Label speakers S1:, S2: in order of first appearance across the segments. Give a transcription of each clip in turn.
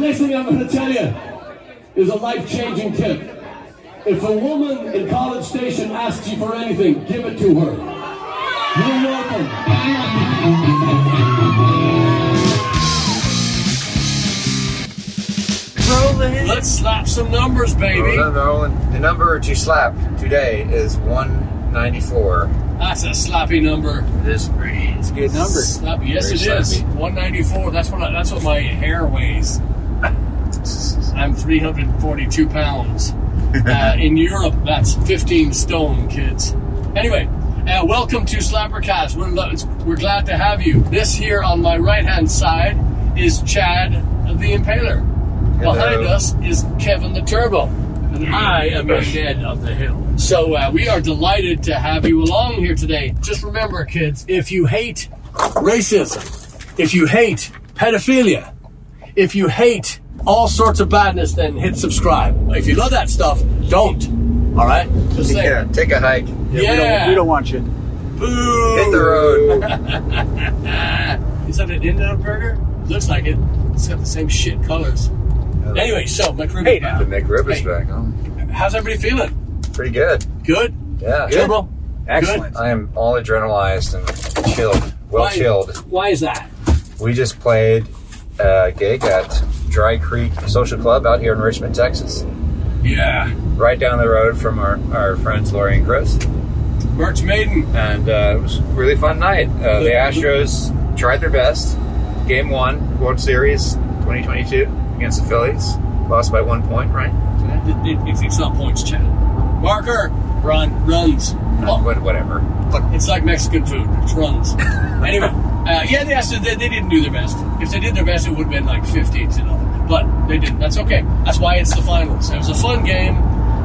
S1: next thing I'm going to tell you is a life changing tip. If a woman in College Station asks you for anything, give it to her. You're welcome.
S2: Rolling.
S1: Let's slap some numbers, baby.
S3: No, no, no. The number to slap today is 194.
S1: That's a sloppy number.
S3: This is a good number.
S1: Sloppy. Yes,
S3: Very
S1: it is.
S3: sloppy.
S1: 194. That's what I, that's what my hair weighs. I'm 342 pounds. Uh, in Europe, that's 15 stone, kids. Anyway, uh, welcome to Slappercast. We're lo- it's- we're glad to have you. This here on my right hand side is Chad the Impaler. Behind
S3: Hello.
S1: us is Kevin the Turbo, and I am your Ned of the Hill. So uh, we are delighted to have you along here today. Just remember, kids, if you hate racism, if you hate pedophilia, if you hate all sorts of badness, then hit subscribe. If you love that stuff, don't. All right? Just say,
S3: Yeah, take a hike.
S1: yeah.
S2: We don't, we don't want you.
S1: Boo.
S3: Hit the road.
S1: Is that an in and out burger? Looks like it. It's got the same shit colors. Anyway, so McRib. Hey,
S3: The McRib is
S1: Hey.
S3: back on.
S1: how's everybody feeling?
S3: Pretty good.
S1: Good.
S3: Yeah.
S1: Turbo.
S2: Excellent.
S3: I am all adrenalized and chilled. Well
S1: Why-
S3: chilled.
S1: Why is that?
S3: We just played a gig at Dry Creek Social Club out here in Richmond, Texas.
S1: Yeah.
S3: Right down the road from our, our friends Lori and Chris.
S1: Merch Maiden.
S3: and uh, it was a really fun night. Uh, the Astros tried their best. Game one, World Series 2022 against the Phillies. Lost by one point, right?
S1: It, it, it's, it's not points, Chad. Marker. Run. Runs. Oh,
S3: Uh, what- whatever.
S1: It's like Mexican food. It's runs. anyway, uh, yeah, they, so they, they didn't do their best. If they did their best, it would have been like 15 to nothing. But they didn't. That's okay. That's why it's the finals. It was a fun game,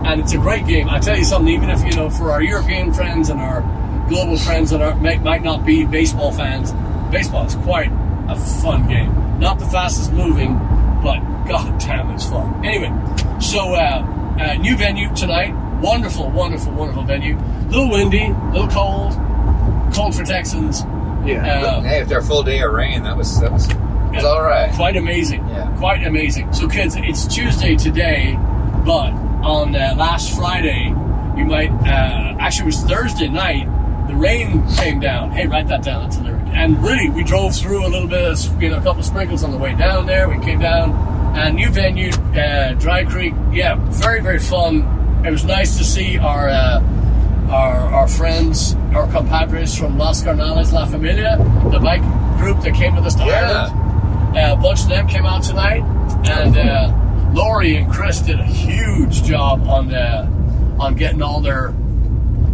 S1: and it's a great game. I tell you something. Even if you know, for our European friends and our global friends that are, might, might not be baseball fans, baseball is quite a fun game. Not the fastest moving, but god damn, it's fun. Anyway, so uh, uh, new venue tonight. Wonderful, wonderful, wonderful venue. Little windy, little cold, cold for Texans.
S3: But,
S1: Yeah.
S3: Um, hey, after a full day of rain, that was that was, it was all right.
S1: Quite amazing.
S3: Yeah.
S1: Quite amazing. So, kids, it's Tuesday today, but on uh, last Friday, you might, uh, actually, it was Thursday night, the rain came down. Hey, write that down. That's a lyric. And really, we drove through a little bit of, you know, a couple sprinkles on the way down there. We came down. And new venue, uh, Dry Creek. Yeah, very, very fun. It was nice to see our. Uh, our, our friends, our compadres from Las Carnales, La Familia, the bike group that came with us to
S3: Yeah.
S1: Ireland. Uh, a bunch of them came out tonight, and uh, Lori and Chris did a huge job on uh, on getting all their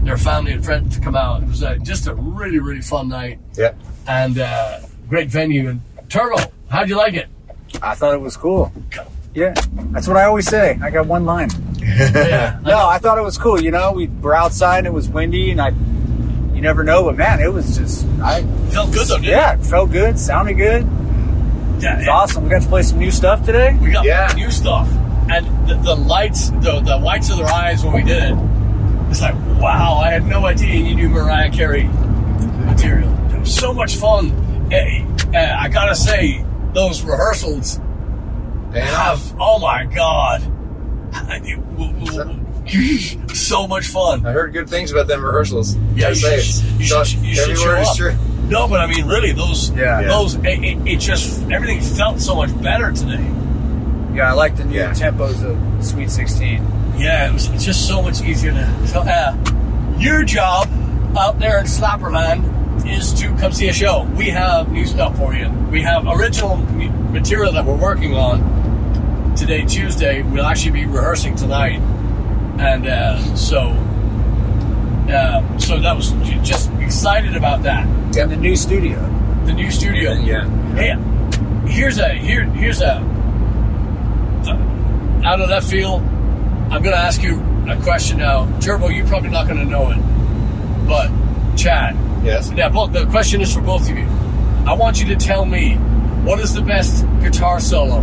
S1: their family and friends to come out. It was uh, just a really really fun night
S3: Yeah.
S1: and uh, great venue. And Turtle, how'd you like it?
S2: I thought it was cool. Yeah, that's what I always say. I got one line.
S1: Yeah,
S2: No, I thought it was cool. You know, we were outside and it was windy, and I, you never know, but man, it was just, I,
S1: felt good though. didn't
S2: yeah, it felt good, sounded good.
S1: it? yeah.
S2: It's awesome. We got to play some new stuff today.
S1: We got
S3: Yeah.
S1: new stuff. And the, the lights, the, the whites of their eyes when we did it, it's like, wow, I had no idea you knew Mariah Carey material. It was so much fun. Eh, eh, I gotta say, those rehearsals
S3: Paying off.
S1: have, oh my god, I- it- w- w- w- so much fun.
S3: I heard good things about them rehearsals.
S1: Yeah,
S3: I
S1: you
S3: say
S1: should,
S3: it.
S1: you
S3: So,
S1: should, you should show
S3: every word is
S1: up.
S3: true.
S1: No, but I mean, really, those,
S2: Yeah. Yeah.
S1: those, it, it, it just, everything felt so much better today.
S2: Yeah, I like the new
S3: Yeah.
S2: tempos of Sweet 16.
S1: Yeah, it was it's just so much easier to. So, uh, your job out there in Slapperland is to come see a show. We have new stuff for you. We have original m- material that we're working on today, Tuesday. We'll actually be rehearsing tonight, and uh, so uh, so that was j- just excited about that.
S2: And the new studio.
S1: The new studio.
S3: Yeah.
S1: Hey, here's a here here's a uh, out of left field. I'm gonna ask you a question now, Turbo. You're probably not gonna know it, but Chad.
S3: Yes.
S1: Now, both the question is for both of you. I want you to tell me what is the best guitar solo,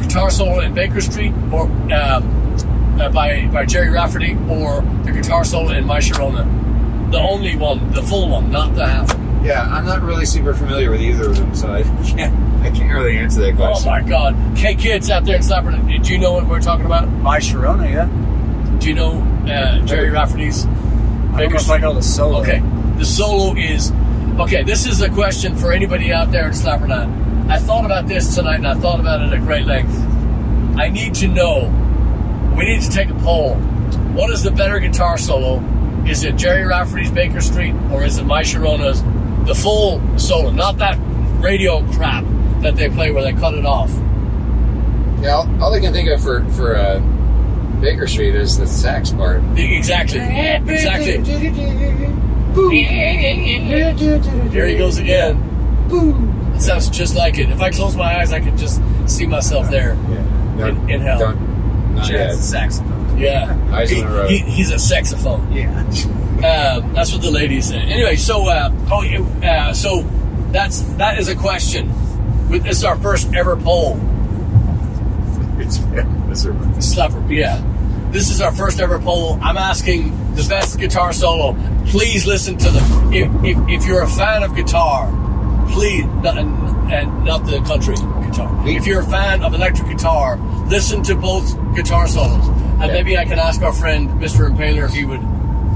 S1: guitar solo in Baker Street, or um, uh, by by Jerry Rafferty, or the guitar solo in My Sharona, the only one, the full one, not the half. one.
S3: Yeah, I'm not really super familiar with either of them, so I can't. I can't really answer that
S1: Oh
S3: question.
S1: my God! Hey, kids out there in Slapper, do you know what we're talking about?
S2: My Sharona, yeah.
S1: Do you know uh, Jerry Rafferty's?
S2: I don't know if I know the solo.
S1: Okay, the solo is okay. This is a question for anybody out there in Slappernon. I thought about this tonight, and I thought about it at great length. I need to know. We need to take a poll. What is the better guitar solo? Is it Jerry Rafferty's Baker Street, or is it My Sharona's? The full solo, not that radio crap that they play where they cut it off.
S3: Yeah, all, all I can think of for for uh, Baker Street is the sax part.
S1: Exactly. Exactly. There he goes again. It sounds just like it. If I close my eyes, I could just see myself there.
S3: Yeah.
S1: In- in hell.
S3: Don't, not
S2: Chad's a
S3: yet.
S2: saxophone.
S1: Yeah.
S3: Eyes
S1: he,
S3: on the road.
S1: he- he's a saxophone.
S2: Yeah.
S1: Um, that's what the lady said. Anyway, so uh, oh, it- uh, so that's that is a question. With- This is our first ever poll.
S3: It's been miserable.
S1: Slapper. Yeah. This is our first ever poll. I'm asking the best guitar solo. Please listen to the. If, if, if you're a fan of guitar, please not, and not the country guitar. If you're a fan of electric guitar, listen to both guitar solos. And
S3: Yeah.
S1: maybe I can ask our friend Mr. Impaler if he would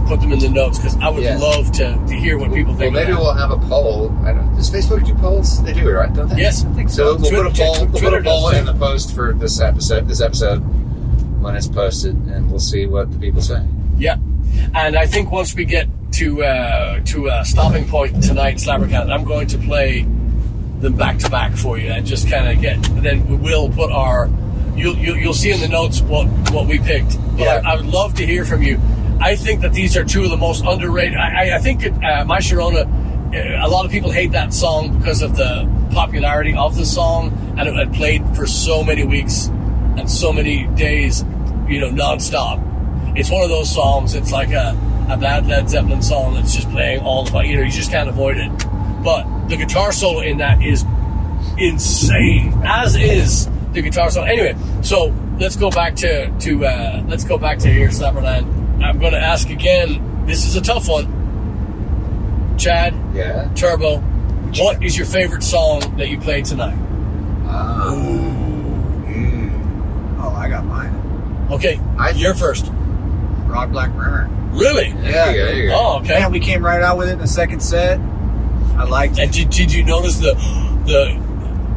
S1: put them in the notes because I would
S3: Yeah.
S1: love to, to hear what people
S3: Well,
S1: think.
S3: maybe
S1: of that.
S3: we'll have a poll. I don't. Does Facebook do polls? They do, right? Don't they?
S1: yes.
S3: So we'll
S1: Twitter-
S3: put a poll. We'll put
S1: Twitter
S3: a poll
S1: does
S3: in the post for this episode. This episode when it's posted, and we'll see what the people say.
S1: Yeah, and I think once we get to uh, to a stopping point tonight, Slabbercat, I'm going to play them back to back for you, and just kind of get. Then we will put our. You'll, you'll you'll see in the notes what what we picked. But
S3: Yeah.
S1: I, I would love to hear from you. I think that these are two of the most underrated. I, I- I think uh, my Sharona. uh, A lot of people hate that song because of the popularity of the song, and it, it played for so many weeks and so many days, you know, nonstop it's one of those songs. It's like a, a bad Led Zeppelin song that's just playing all the time. You know, you just can't avoid it. But the guitar solo in that is insane, as is the guitar solo. Anyway, so let's go back to to uh, let's go back to here, Slapperland. I'm going to ask again. This is a tough one, Chad
S3: Yeah.
S1: Turbo. What is your favorite song that you played tonight?
S2: Oh, I got mine.
S1: Okay,
S3: I-
S1: you're first.
S2: Rock Black Murmur.
S1: Really?
S3: There you go, there you go.
S1: Oh, okay.
S2: Man, we came right out with it in the second set. I liked it.
S1: And did, did you notice the the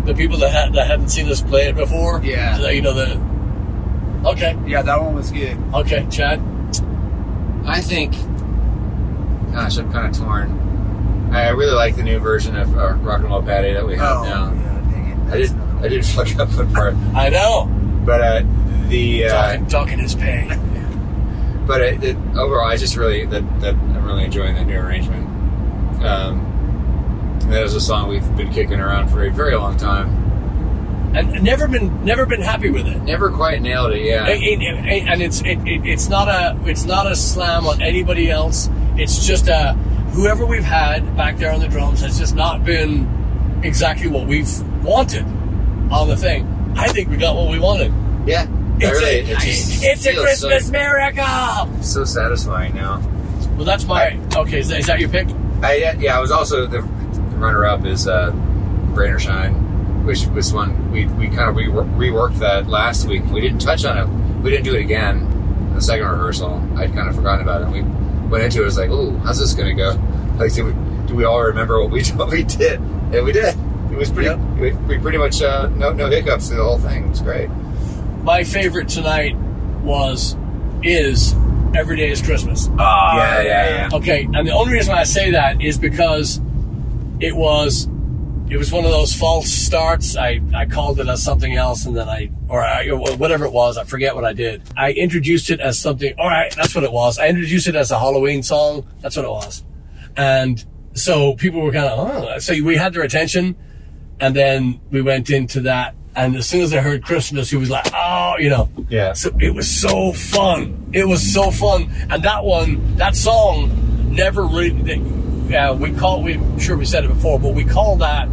S1: the people that had that hadn't seen us play it before?
S2: Yeah.
S1: The- you know the. Okay.
S2: Yeah, that one was good.
S1: Okay, Chad. Oh.
S3: I think. Gosh, I'm kind of torn. I really like the new version of uh, Rock and Roll Patty that we have
S2: oh,
S3: now.
S2: yeah, dang it.
S3: I did. I did fuck up one part,
S1: I know.
S3: but uh, the uh,
S1: Talking, talking is pain.
S3: but it, it, overall, I just really that, that I'm really enjoying that new arrangement. Um, that is a song we've been kicking around for a very long time.
S1: And never been never been happy with it.
S3: Never quite nailed it. Yeah,
S1: It- it- it- and it's it, it, it's not a it's not a slam on anybody else. It's just a whoever we've had back there on the drums has just not been exactly what we've wanted on the thing. I think we got what we wanted.
S3: yeah. I
S1: It's,
S3: really,
S1: a,
S3: it just
S1: it's a
S3: feels so-
S1: Christmas miracle.
S3: so satisfying now.
S1: Well, that's my okay. Is that, is that your pick?
S3: I yeah, I was also the runner-up is uh, Rain or Shine, which was one we, we kind of re- reworked that last week. We didn't touch on it. We didn't do it again in the second rehearsal. I'd kind of forgotten about it. We went into it. it was like, ooh, how's this going to go? Like, do we, do we all remember what we what we did? And we did. It was pretty.
S1: Yep.
S3: We, we pretty much uh, no no hiccups through the whole thing. It was great.
S1: My favorite tonight was is every day is Christmas.
S3: yeah, yeah, yeah.
S1: Okay, and the only reason why I say that is because it was it was one of those false starts. I, I called it as something else, and then I or I, or whatever it was, I forget what I did. I introduced it as something. All right, that's what it was. I introduced it as a Halloween song. That's what it was, and so people were kind of oh. so we had their attention, and then we went into that. And as soon as I heard Christmas, he was like, oh, you know.
S3: Yeah.
S1: So it was so fun. It was so fun, and that one, that song, never really. Yeah, we call we I'm sure we said it before, but we call that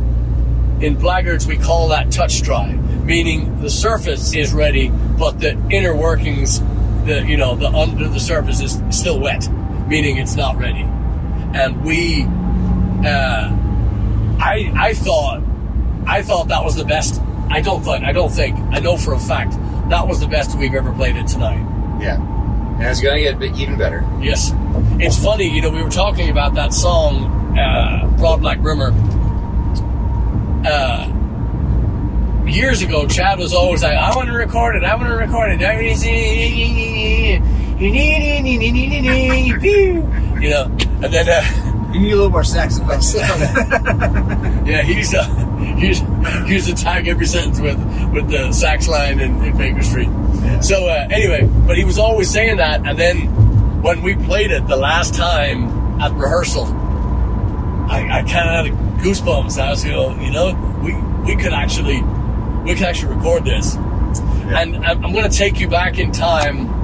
S1: in blackguards we call that touch dry, meaning the surface is ready, but the inner workings, the you know the under the surface is still wet, meaning it's not ready, and we uh, I I thought I thought that was the best. I don't think I don't think I know for a fact that was the best we've ever played it tonight.
S3: Yeah. And it's going to get bit- even better.
S1: Yes. It's funny, you know, we were talking about that song, uh, Broad Black Rumor. Uh, years ago, Chad was always like, I want to record it, I want to record it. You know, and then, uh,
S2: You need a little more saxophone.
S1: yeah, he's, uh, he's, he's attack every sentence with, with the sax line in, in Baker Street. So, uh, anyway, but he was always saying that, and then when we played it the last time at rehearsal, I, I kind of had goosebumps. I was going, you know, we we could actually we could actually record this, and I'm, I'm going to take you back in time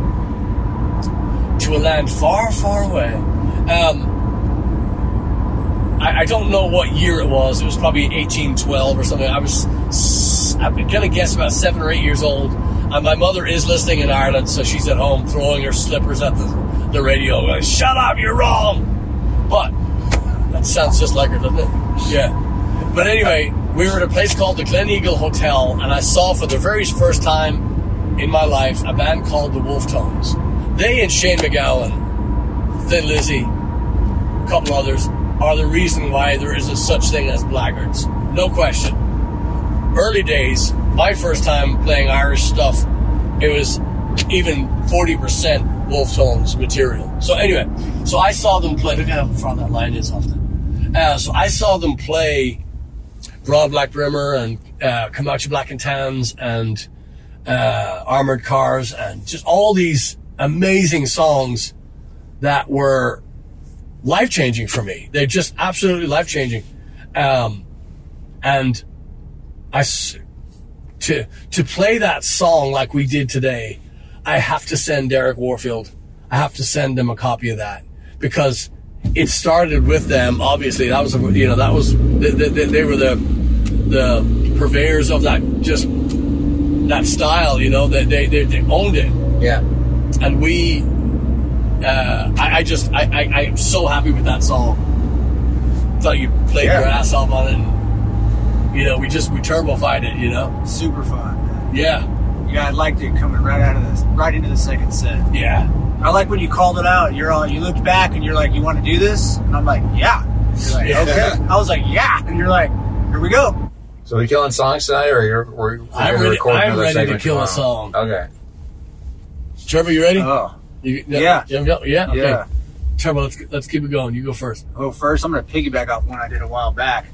S1: to a land far, far away. Um, I, I don't know what year it was. It was probably 1812 or something. I was s- I'm going to guess about seven or eight years old. And my mother is listening in Ireland, so she's at home throwing her slippers at the, the radio. Like, Shut up, you're wrong. But that sounds just like her, doesn't it? Yeah. But anyway, we were at a place called the Glen Eagle Hotel, and I saw for the very first time in my life a band called the Wolf Tones. They and Shane McGowan, Thin Lizzy, a couple others, are the reason why there isn't such thing as blackguards. No question. Early days, my first time playing Irish stuff, it was even 40% Wolf Tones material. So anyway, so I saw them play. Look how far that line is off there. Uh, so I saw them play Broad Black Rimmer and uh, Comanche Black and Tans and uh, Armored Cars and just all these amazing songs that were life changing for me. They're just absolutely life changing. Um, and I, s- to to play that song like we did today, I have to send Derek Warfield. I have to send him a copy of that because it started with them. Obviously, that was you know that was they, they, they were the the purveyors of that just that style. You know that they, they they owned it,
S3: Yeah.
S1: and we. Uh, I, I just I, I I'm so happy with that song. Thought you played
S2: Yeah.
S1: your ass off on it. And, you know, we just we turbofied it. You know,
S2: Super fun.
S1: yeah.
S2: You know, I liked it coming right out of this, right into the second set.
S1: Yeah.
S2: I like when you called it out. You're all, you looked back and you're like, you want to do this? And I'm like, yeah. You're like,
S1: Yeah.
S2: okay. I was like, yeah. And you're like, here we go.
S3: So are we killing songs tonight, or you're, we're, we're
S1: I'm
S3: gonna
S1: ready-
S3: record
S1: I'm
S3: another
S1: ready to
S3: segment
S1: kill a
S3: tomorrow?
S1: song.
S3: Okay.
S1: Trevor, you ready?
S2: Oh,
S1: You-
S2: Yeah.
S1: Yeah. yeah, yeah, okay.
S2: yeah.
S1: Trevor, let's, let's keep it going. You go first.
S2: Well, first, I'm going to piggyback off one I did a while back.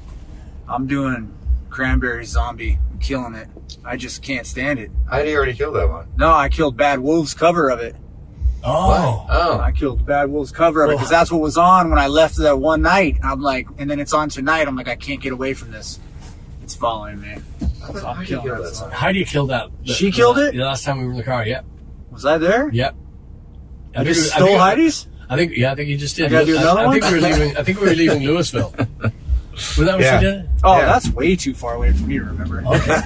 S2: I'm doing Cranberry Zombie. I'm killing it. I just can't stand it.
S3: How did you already kill that one?
S2: No, I killed Bad Wolves' cover of it.
S1: Oh.
S2: I
S3: Oh.
S2: killed Bad Wolves' cover of it because that's what was on when I left that one night. I'm like, and then it's on tonight. I'm like, I can't get away from this. It's following me.
S3: How did
S2: I'm
S3: you
S2: killing
S3: kill
S2: that
S3: that song?
S1: How do you kill that? the-
S2: She killed
S1: the-
S2: it?
S1: The last time we were in the car. Yep.
S2: Was I there?
S1: Yep.
S2: I
S1: think
S2: just
S1: we-
S2: stole
S1: think-
S2: Heidi's?
S1: I think yeah, I think you just did.
S2: I gotta do another
S1: I think
S2: one?
S1: we were leaving. I think we were leaving Louisville. Was that what
S3: Yeah.
S1: she did?
S2: Oh,
S3: Yeah.
S2: that's way too far away for me to remember.
S1: Okay.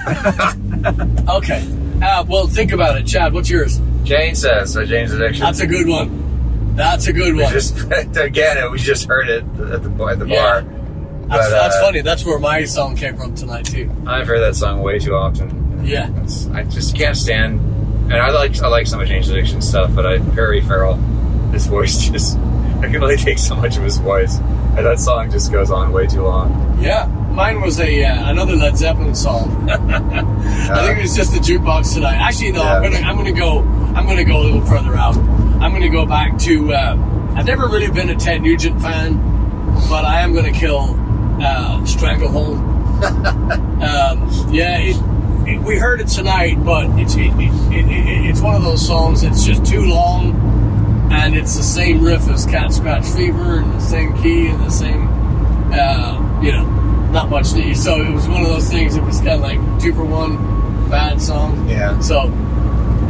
S1: okay. Uh, well, think about it, Chad. What's yours?
S3: Jane says. So Jane's addiction.
S1: That's a good one. That's a good
S3: We
S1: one.
S3: just again, it- we just heard it at the bar- at the
S1: Yeah.
S3: bar.
S1: that's,
S3: but,
S1: that's
S3: uh,
S1: funny. That's where my song came from tonight too.
S3: I've heard that song way too often.
S1: Yeah.
S3: It's- I just can't stand. And I like I like some of Jane's addiction stuff, but I Perry Farrell, his voice just I can only take so much of his voice. And that song just goes on way too long.
S1: Yeah, mine was a uh, another Led Zeppelin song. I think it was just the jukebox tonight. Actually, no, I'm
S3: Yeah.
S1: gonna I'm gonna go I'm gonna go a little further out. I'm gonna go back to uh, I've never really been a Ted Nugent fan, but I am gonna kill uh, Stranglehold. um, yeah, it, it, we heard it tonight, but it's it, it, it, it, it's one of those songs that's just too long. And it's the same riff as Cat Scratch Fever, and the same key, and the same, uh, you know, not much need. So it was one of those things. It was kind of like two for one, bad song.
S3: Yeah.
S1: So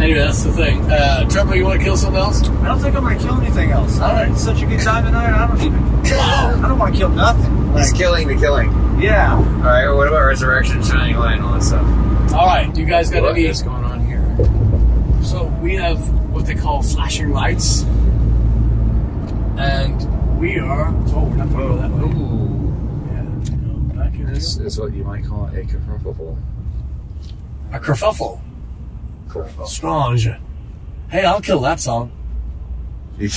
S1: anyway, that's the thing. Uh, Trevor, you want to kill something else?
S2: I don't think I'm gonna kill anything else. I had such a good time tonight. I don't even. I don't want to kill nothing.
S3: He's killing the killing.
S2: Yeah.
S3: All right. What about Resurrection, Shining Light, and all that stuff?
S1: All right, you guys got
S3: What
S1: any?
S3: is going on here?
S1: So we have what they call flashing lights, and we are. Oh, we're not going to go that way.
S3: Ooh. is, is what you might call a kerfuffle.
S1: A kerfuffle.
S3: Kerfuffle.
S1: Strange. Hey, I'll kill that song.
S3: You-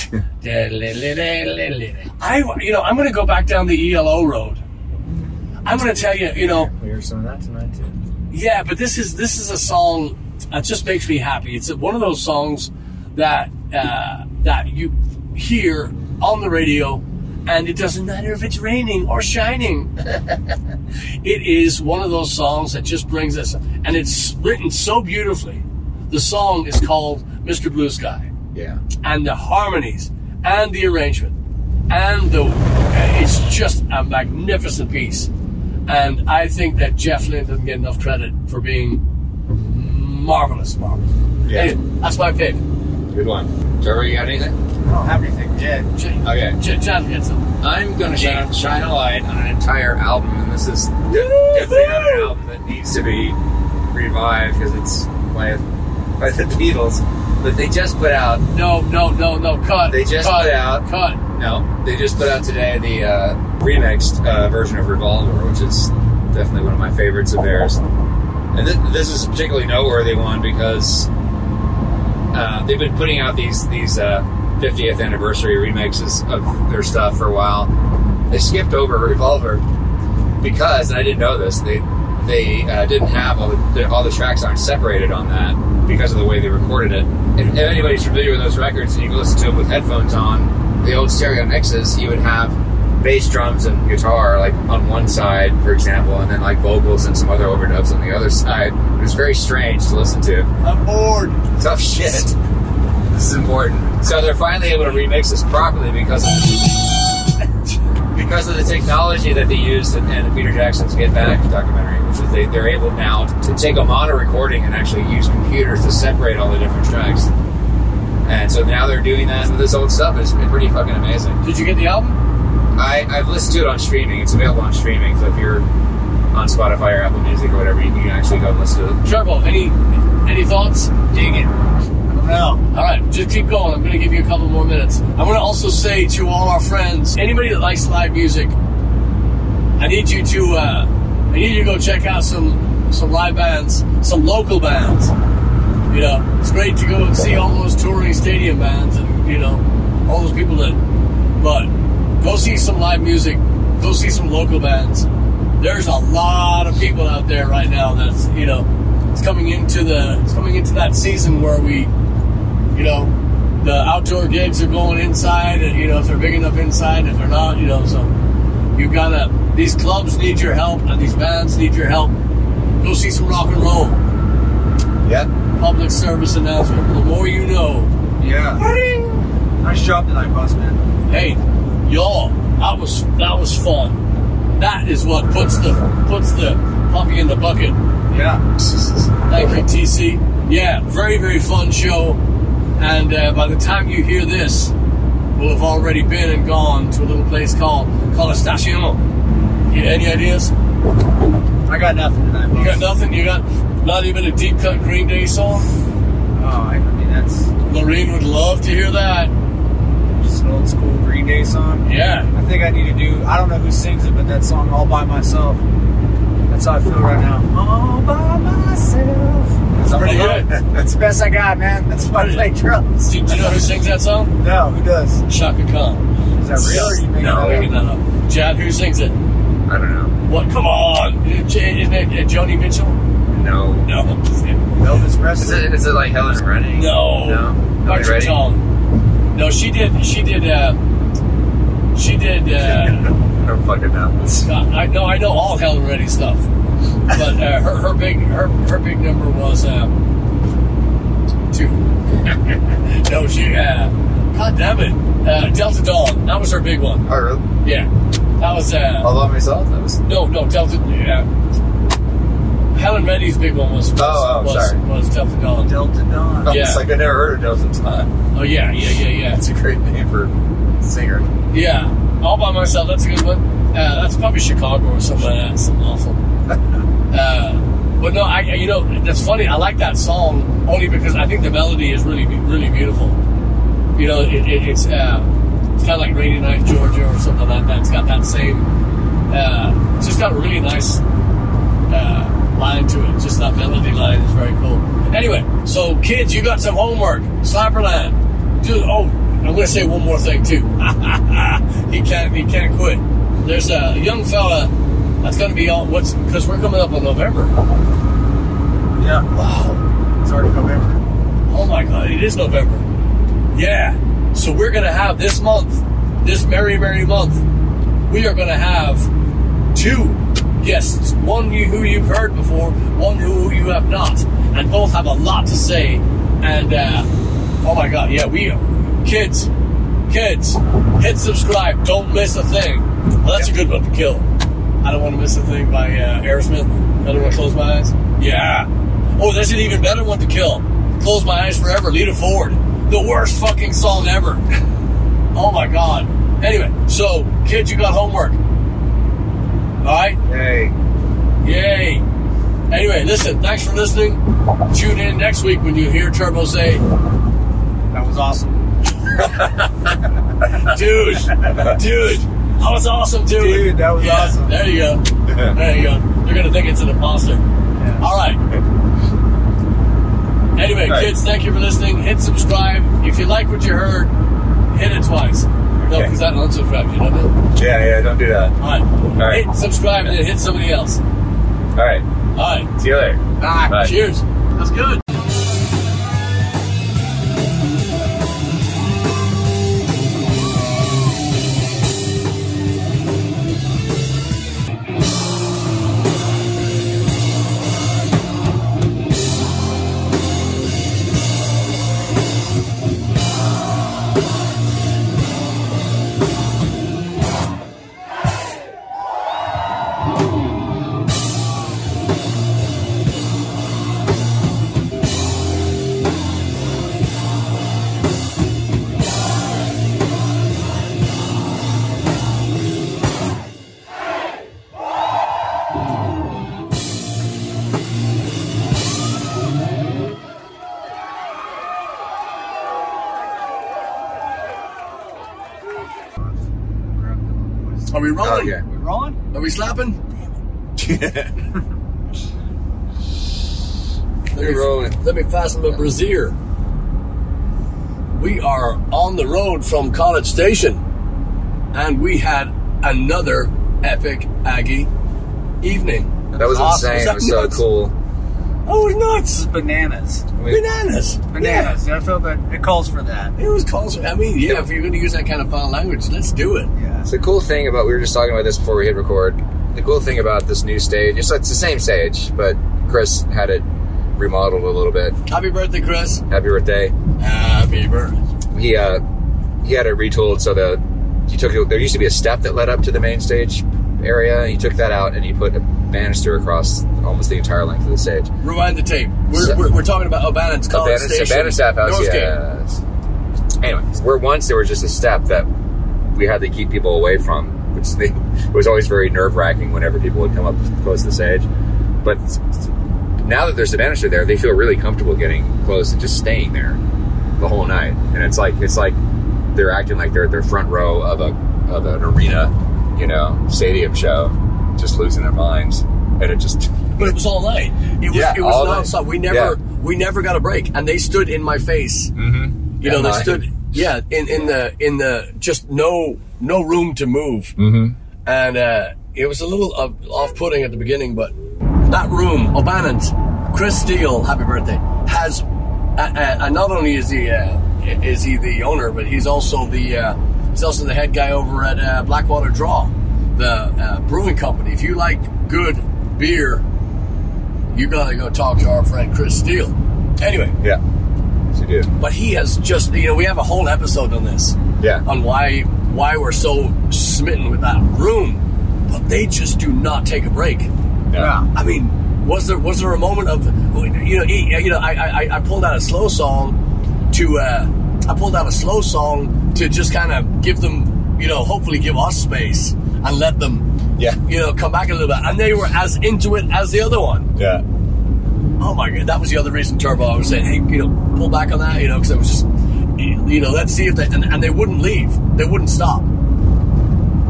S1: I, you know, I'm going to go back down the ELO road. I'm going to tell you, you know,
S3: we heard some of that tonight too.
S1: yeah, but this is this is a song that just makes me happy. It's one of those songs that uh, that you hear on the radio, and it doesn't matter if it's raining or shining. it is one of those songs that just brings us, and it's written so beautifully. The song is called "Mr. Blue Sky."
S3: Yeah.
S1: and the harmonies and the arrangement and the uh, it's just a magnificent piece and i think that jeff lynne doesn't get enough credit for being marvelous marvelous
S3: Yeah.
S1: Anyway, that's my pick
S3: Good one. Trevor, you got anything?
S2: I don't have anything dead.
S1: J-
S3: Okay.
S1: J- Jeff gets it
S3: I'm gonna shine, shine a light on an entire album, and this is de- definitely not an album that needs to be revived because it's by by the Beatles. But they just put out
S1: no no no no cut
S3: They just
S1: cut
S3: put out-
S1: cut
S3: no, they just put out today the uh, remixed uh, version of Revolver, which is definitely one of my favorites of theirs. And th- this is a particularly noteworthy one because uh, they've been putting out these these uh, 50th anniversary remixes of their stuff for a while. They skipped over Revolver because, and I didn't know this, they they uh, didn't have all the, all the tracks aren't separated on that because of the way they recorded it. If, if anybody's familiar with those records and you can listen to them with headphones on, the old stereo mixes, you would have bass drums and guitar like on one side, for example, and then like vocals and some other overdubs on the other side. It was very strange to listen to.
S2: I'm bored.
S3: Tough shit. This is important. So they're finally able to remix this properly because of because of the technology that they used in, in Peter Jackson's Get Back documentary, which is they, they're able now to take a mono recording and actually use computers to separate all the different tracks. And so now they're doing that with this old stuff. It's been pretty fucking amazing.
S1: did you get the album
S3: I, I've listened to it on streaming. It's available on streaming. So if you're on Spotify or Apple Music or whatever, you can actually go and listen to it.
S1: turbo any any thoughts
S3: Dang it.
S2: I don't know.
S1: All right, just keep going. I'm going to give you a couple more minutes. I want to also say to all our friends, anybody that likes live music, I need you to, uh, I need you to go check out some some live bands, some local bands. You know, it's great to go and see all those touring stadium bands and you know all those people that. But go see some live music. Go see some local bands. There's a lot of people out there right now that's you know it's coming into the it's coming into that season where we you know, the outdoor gigs are going inside, and you know if they're big enough inside, if they're not, you know, so you gotta. These clubs need your help, and these bands need your help. Go see some rock and roll.
S3: Yep.
S1: Public service announcement: the more you know.
S2: Yeah. Nice job tonight, boss man.
S1: Hey, y'all, that was that was fun. That is what puts the puts the puppy in the bucket.
S2: Yeah.
S1: Thank you, TC. Yeah, very, very fun show. And uh, by the time you hear this, we'll have already been and gone to a little place called called Estacion. You any ideas?
S2: I got nothing tonight, boss.
S1: You got nothing? You got not even a deep cut Green Day song?
S2: Oh, I mean that's
S1: Lorene would love to hear that.
S2: just an old school Green Day song.
S1: Yeah.
S2: I think I need to do. I don't know who sings it, but that song all by myself. That's how I feel right now. All by myself. That's
S1: pretty good.
S2: That's the best I got, man. That's why I play drums.
S1: Do, do you know who sings that song?
S2: No, who does?
S1: Shaka Khan.
S2: Is that real? Or you making
S1: No, I'm
S2: that
S1: making
S2: up?
S1: that up. Jad, who sings it?
S3: I don't know.
S1: What? Come on. Isn't it uh, Joni Mitchell?
S3: No.
S1: No.
S2: Elvis
S3: Is
S2: Presley.
S3: it, is it like Helen Running?
S1: No.
S3: No. Are they
S1: Marjorie
S3: ready?
S1: Tone. No, she did. She did. Uh, she did. Uh,
S3: I don't fucking know.
S1: I know. I know all Helen Reddy stuff. But uh, her, her big her, her big number was um, two. no, she. Uh, God damn it, uh, Delta Dawn. That was her big one.
S3: Oh, really?
S1: Yeah, that was. Uh,
S3: All by myself? That was.
S1: no, no, Delta. Yeah. Helen Reddy's big one was was,
S3: Oh, oh,
S1: was,
S3: sorry.
S1: was Delta Dawn.
S2: Delta Dawn.
S3: Oh,
S1: Yeah.
S3: It's like I never heard of Delta Time.
S1: Oh yeah, yeah, yeah, yeah.
S3: That's a great name for a singer.
S1: Yeah, all by myself. That's a good one. Uh, that's probably Chicago or something like that. Something awful. Uh, but no, I I- you know that's funny. I like that song only because I think the melody is really be- really beautiful. You know, it, it, it's uh, it's kind of like Rainy Night Georgia or something like that. It's got that same Uh, it's just got a really nice uh, line to it. Just that melody line is very cool. Anyway, so kids, you got some homework. Slapper line. Do oh, I'm gonna say one more thing too. he can't he can't quit. There's a young fella that's gonna be on what's because we're coming up on November.
S2: Yeah,
S1: Wow.
S2: it's already November.
S1: Oh my God, it is November. Yeah. So we're going to have this month, this merry, merry month, we are going to have two guests. One you, who you've heard before, one who you have not. And both have a lot to say. And, uh, oh my God, yeah, we Kids, kids, hit subscribe. Don't miss a thing. Well, that's a good one to kill. I don't want to miss a thing by uh, Aerosmith. I don't want to close my eyes. Yeah. Oh, that's an even better one to kill. Close my eyes forever. Lita Ford. The worst fucking song ever. oh my god. Anyway, so kids, you got homework. All right.
S3: Hey.
S1: Yay. Anyway, listen. Thanks for listening. Tune in next week when you hear Turbo say.
S2: That was awesome,
S1: dude, dude, that was awesome, dude.
S2: Dude, that was
S1: Yeah,
S2: awesome.
S1: There you go. There you go. They're gonna think it's an imposter. All right. Anyway,
S3: All right.
S1: kids, thank you for listening. Hit subscribe if you like what you heard. Hit it twice. No,
S3: Okay.
S1: because that unsubscribes you, doesn't it?
S3: Yeah, yeah, don't do that.
S1: All right.
S3: right.
S1: Hit subscribe and then hit somebody else. All
S3: All right.
S1: right.
S3: See you later.
S2: Ah,
S3: Bye.
S1: Cheers. That's good. Are we rolling?
S3: Oh, yeah.
S2: we rolling?
S1: Are we slapping? Let me-
S3: We're rolling.
S1: Let me fasten my brassiere. We are on the road from College Station, and we had another epic Aggie evening.
S3: That was
S2: Awesome.
S3: insane.
S1: Was that
S3: It was so
S1: nuts?
S3: cool.
S1: Oh, it was nuts!
S2: Bananas,
S3: We-
S1: Bananas!
S2: bananas. I feel that it calls for that.
S1: Yeah. It was calls. I mean, yeah, if you're going to use that kind of foul language, let's do it.
S2: Yeah.
S3: It's the cool thing about we were just talking about this before we hit record. The cool thing about this new stage, it's, it's the same stage, but Chris had it remodeled a little bit.
S1: Happy birthday, Chris.
S3: Happy birthday!
S1: Happy birthday.
S3: He uh, he had it retooled so the he took there used to be a step that led up to the main stage area. He took that out and he put a banister across almost the entire length of the stage.
S1: Rewind the tape. We're,
S3: So-
S1: we're, we're talking about O'Bannon's College
S3: Abandoned,
S1: Station.
S3: abandoned staff house.
S1: Northgate.
S3: Yeah. Anyway, where once there was just a step that we had to keep people away from, which they, it was always very nerve wracking whenever people would come up close to the stage. But now that there's a banister there, they feel really comfortable getting close and just staying there the whole night. And it's like it's like they're acting like they're at their front row of a of an arena, you know, stadium show, just losing their minds. And it just
S1: But it was all night. It was,
S3: Yeah,
S1: it was
S3: all night.
S1: nonstop. We never
S3: Yeah.
S1: we never got a break, and they stood in my face.
S3: mm-hmm.
S1: You know, they stood. Yeah, in, in the in the just no no room to move,
S3: Mm-hmm.
S1: and uh, it was a little off putting at the beginning, but that room, O'Bannon's, Chris Steele, happy birthday, has. Uh, uh, and not only is he uh, is he the owner, but he's also the uh, he's also the head guy over at uh, Blackwater Draw, the uh, brewing company. If you like good beer, you gotta go talk to our friend Chris Steele. Anyway,
S3: Yeah. Yes, you do.
S1: but he has just you know we have a whole episode on this
S3: Yeah.
S1: on why why we're so smitten with that room, but they just do not take a break.
S2: Yeah.
S1: I mean, was there was there a moment of you know e- you know I I, I pulled out a slow song to uh, I pulled out a slow song to just kind of give them you know hopefully give us space and let them
S3: Yeah.
S1: you know come back a little bit and they were as into it as the other one.
S3: Yeah.
S1: Oh my god, that was the other reason Turbo. I was saying, hey, you know, pull back on that, you know, because it was just, you know, let's see if they and, and they wouldn't leave, they wouldn't stop.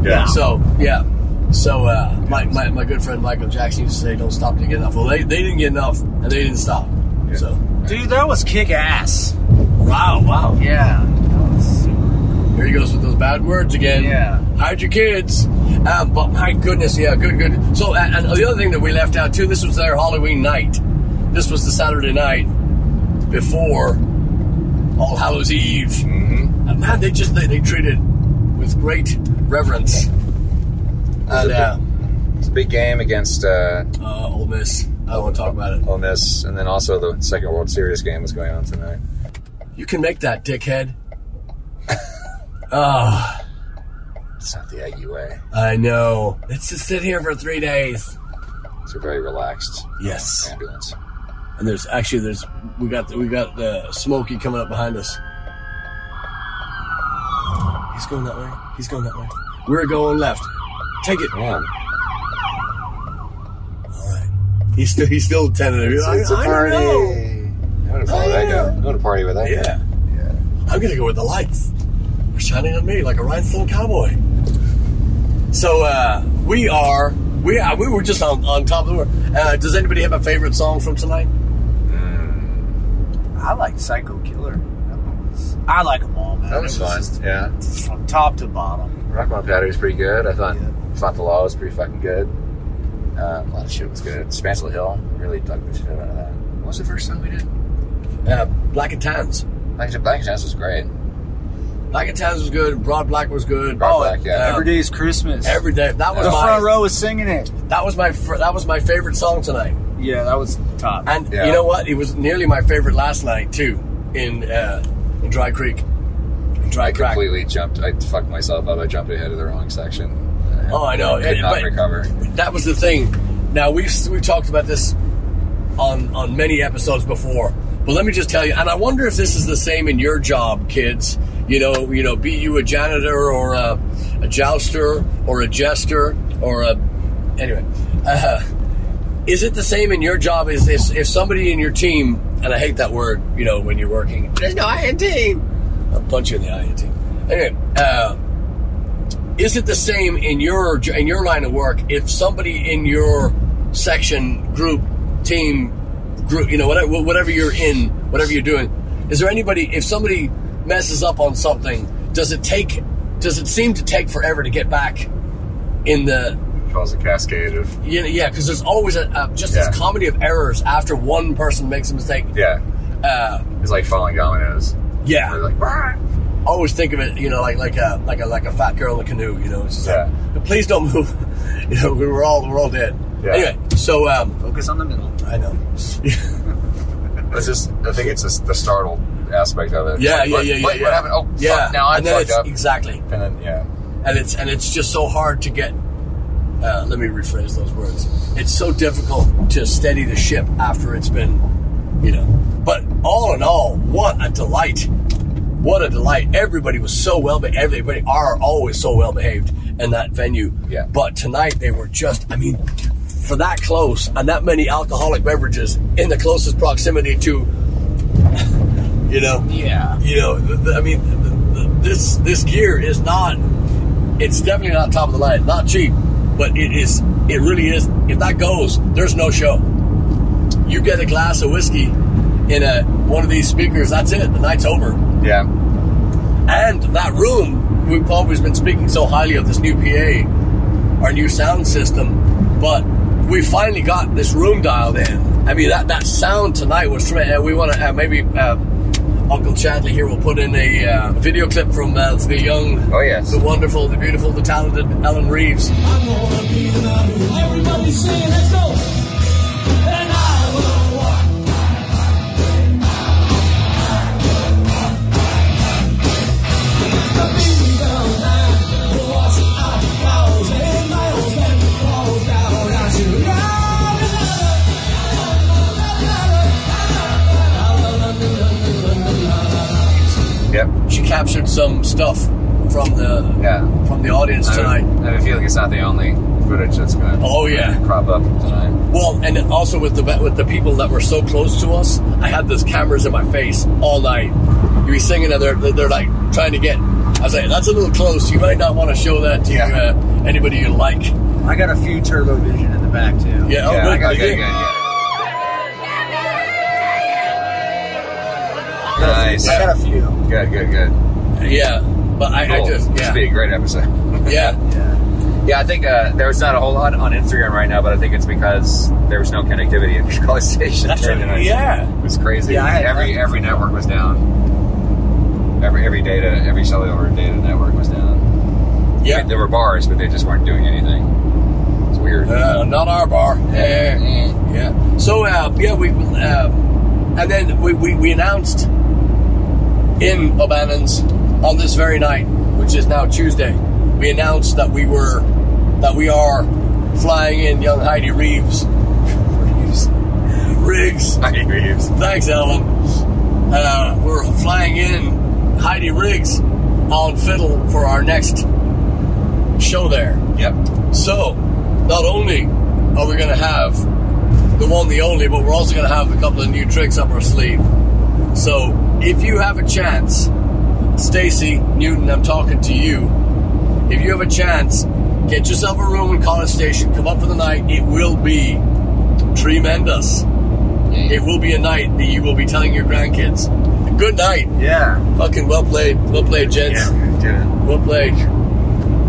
S3: Yeah.
S1: So yeah, So uh, my, my, my good friend Michael Jackson used to say, "Don't stop to get enough." Well, they, they didn't get enough, and they didn't stop.
S3: Yeah.
S1: So
S2: Dude, that was kick ass.
S1: wow, wow.
S2: Yeah. That was super.
S1: Here he goes with those bad words again.
S2: Yeah.
S1: Hide your kids. Um, but my goodness, yeah, good, good. So, and, and the other thing that we left out too, this was their Halloween night. This was the Saturday night before All Hallows Eve. Mm-hmm. And man, they just they, they treated with great reverence. And uh,
S3: It's a big game against uh,
S1: uh, Ole Miss, I don't want to talk about it.
S3: Ole Miss, and then also the second World Series game was going on tonight.
S1: You can make that, dickhead. Ah,
S3: It's not the Aggie way.
S1: I know. Let's just sit here for three days.
S3: It's a very relaxed
S1: Yes.
S3: ambulance.
S1: And there's actually there's we got we got the Smokey coming up behind us. He's going that way. He's going that way. We're going left. Take it.
S3: Man,
S1: All right. He's still he's still tentative. He's
S3: it's,
S1: like,
S3: it's a
S1: I
S3: party.
S1: don't know.
S3: I want to follow that guy. I want to party with that guy.
S1: Yeah. I'm gonna go with the lights. They're shining on me like a rhinestone cowboy. So uh, we are we are, we were just on, on top of the world. Uh, does anybody have a favorite song from tonight?
S2: I like Psycho Killer. That one was- I like them all, man.
S3: That was
S2: It
S3: fun. yeah.
S2: just From top to bottom.
S3: Rock Band Battery was pretty good. I thought
S2: Yeah.
S3: thought the Law was pretty fucking good. Uh, a lot of shit was good. Spancel Hill really dug the shit out of that. What was the first time we did?
S1: Uh, Black and Tans.
S3: Black Black Chance was great.
S1: Black and Tans was good. Broad Black was good.
S3: Broad Black, yeah.
S1: uh,
S2: Every day is Christmas.
S1: Every day. That was
S2: the front
S1: my
S2: row was singing it.
S1: that was my fr- that was my favorite song tonight.
S2: Yeah, that was top.
S1: And
S3: Yeah.
S1: you know what? It was nearly my favorite last night too in uh, in Dry Creek. In Dry
S3: I
S1: Crack.
S3: completely jumped. I fucked myself up. I jumped ahead of the wrong section.
S1: Oh, I know.
S3: Did
S1: And-
S3: not
S1: but-
S3: recover.
S1: that was the thing. Now we've we've talked about this on on many episodes before, but let me just tell you, and I wonder if this is the same in your job, kids. You know, you know, be you a janitor or a, a jouster or a jester or a anyway. Uh, is it the same in your job? Is this if somebody in your team? And I hate that word. You know, when you're working, there's no I in team. I'll punch you in the eye in team. Anyway. Uh, is it the same in your in your line of work if somebody in your section group team group you know whatever whatever you're in whatever you're doing is there anybody if somebody messes up on something does it take does it seem to take forever to get back in the
S3: Caused a cascade of
S1: you know, yeah because there's always a, a just
S3: Yeah.
S1: this comedy of errors after one person makes a mistake
S3: yeah.
S1: uh,
S3: It's like falling dominoes.
S1: yeah
S3: They're like, "Brr."
S1: I always think of it, you know, like like a like a like a fat girl in a canoe, you know. It's just
S3: Yeah.
S1: like, please don't move. You know, we were all we're all dead.
S3: Yeah.
S1: Anyway, so um,
S2: Focus on the middle.
S1: I know.
S3: It's just. I think it's just the startled aspect of it.
S1: yeah, yeah,
S3: Like, what-
S1: yeah, yeah,
S3: What,
S1: yeah.
S3: what happened? Oh,
S1: yeah.
S3: fuck, now I'm
S1: and then
S3: fucked
S1: it's,
S3: up.
S1: Exactly,
S3: and then yeah,
S1: and it's and it's just so hard to get. Uh, let me rephrase those words. It's so difficult to steady the ship after it's been, you know. But all in all, what a delight! What a delight! Everybody was so well behaved. Everybody are always so well behaved in that venue.
S3: Yeah.
S1: But tonight they were just. I mean, for that close and that many alcoholic beverages in the closest proximity to, you know,
S2: Yeah.
S1: you know, th th- I mean, th th this this gear is not. It's definitely not top of the line. Not cheap, but it is. It really is. If that goes, there's no show. You get a glass of whiskey in a one of these speakers. That's it. The night's over.
S3: yeah.
S1: And that room, we've always been speaking so highly of this new PA, our new sound system, but we finally got this room dialed in. I mean, that, that sound tonight was tremendous. We want to uh, maybe uh, Uncle Chadley here will put in a uh, video clip from uh, the young,
S3: Oh, yes.
S1: the wonderful, the beautiful, the talented Ellen Reeves.
S4: Everybody sing, let's go. And I will walk. The beagle man was out of clothes, and my old man falls down. I should ride another,
S3: Yep.
S1: She captured some stuff from the
S3: Yeah.
S1: from the audience
S3: I
S1: tonight.
S3: have, I have a feeling it's not the only footage that's going to
S1: Oh, yeah.
S3: crop up tonight.
S1: Well, and then also with the with the people that were so close to us, I had those cameras in my face all night. You be singing, and they're they're like trying to get. I was like, that's a little close. You might not want to show that to
S3: Yeah.
S1: uh, anybody you like.
S2: I got a few Turbo Vision in the back too.
S1: Yeah, oh,
S3: yeah,
S1: good.
S3: I got
S1: you
S3: good
S1: did.
S3: again. Yeah. Nice.
S2: I got a few.
S3: Good, good, good.
S1: Yeah, but I, I
S3: Cool.
S1: just
S3: This
S1: yeah,
S3: would be a great episode.
S1: yeah,
S2: Yeah.
S3: Yeah, I think uh, there's not a whole lot on Instagram right now, but I think it's because there was no connectivity at College Station.
S1: that's
S3: during the
S1: right.
S3: night.
S1: Yeah,
S3: It was crazy.
S2: Yeah, I-
S3: every every network was down. Every every data, every cellular data network was down. I mean,
S1: yeah.
S3: there were bars, but they just weren't doing anything. It's weird.
S1: Uh, not our bar. Yeah,
S3: Mm.
S1: yeah. So uh, yeah, we uh, and then we, we, we announced in O'Bannon's on this very night, which is now Tuesday, we announced that we were that we are flying in young Heidi Reeves. Reeves. Riggs.
S3: Heidi Reeves.
S1: Thanks, Ellen. Uh, we're flying in Heidi Riggs on fiddle for our next show there.
S3: Yep.
S1: So, not only are we going to have the one, the only, but we're also going to have a couple of new tricks up our sleeve. So, if you have a chance, Stacy Newton, I'm talking to you. If you have a chance, get yourself a room in College Station. Come up for the night. It will be tremendous. It will be a night that you will be telling your grandkids. Good night.
S2: Yeah.
S1: Fucking well played. Well played, gents.
S3: Yeah, did it.
S1: Well played.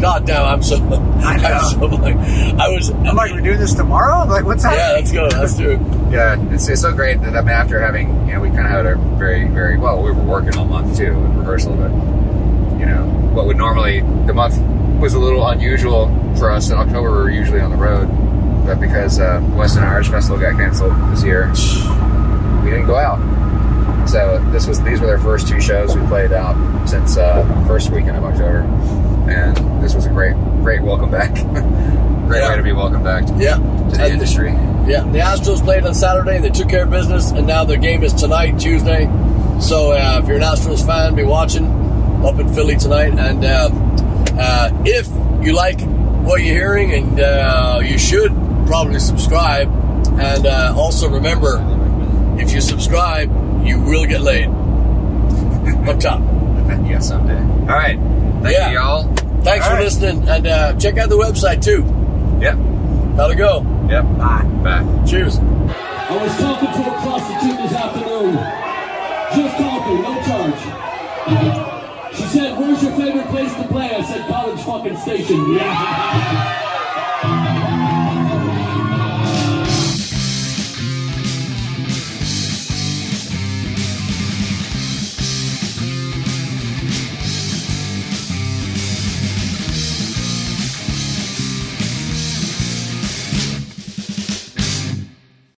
S1: God damn, I'm so. I
S2: know.
S1: am so like, I was.
S2: I'm like, we're doing this tomorrow? I'm like, what's
S1: yeah,
S2: happening?
S1: let's go. Let's do it.
S3: Yeah, it's, it's so great that I mean, after having, you know, we kind of had a very, very, well, we were working all month too in rehearsal, but, you know, what would normally, the month was a little unusual for us. In October, we were usually on the road, but because uh, Western Irish Festival got canceled this year, we didn't go out. So this was these were their first two shows we played out since uh, first weekend of October, and this was a great, great welcome back. great
S1: Yeah.
S3: way to be welcomed back to,
S1: Yeah.
S3: to the
S1: And-
S3: industry.
S1: Yeah, the Astros played on Saturday. They took care of business, and now their game is tonight, Tuesday. So uh, if you're an Astros fan, be watching up in Philly tonight. And uh, uh, if you like what you're hearing, and uh, you should probably subscribe. And uh, also remember, if you subscribe, you will get laid. Up top.
S3: Yeah, someday. All right. Thank
S1: Yeah.
S3: you, y'all.
S1: Thanks
S2: All
S1: for
S2: right.
S1: listening, and uh, check out the website too.
S3: Yep.
S1: Gotta go.
S3: Yep.
S2: Bye.
S3: Bye.
S1: Cheers.
S4: I was talking to a prostitute this afternoon. Just talking, no charge. She said, where's your favorite place to play? I said, college fucking station. Yeah.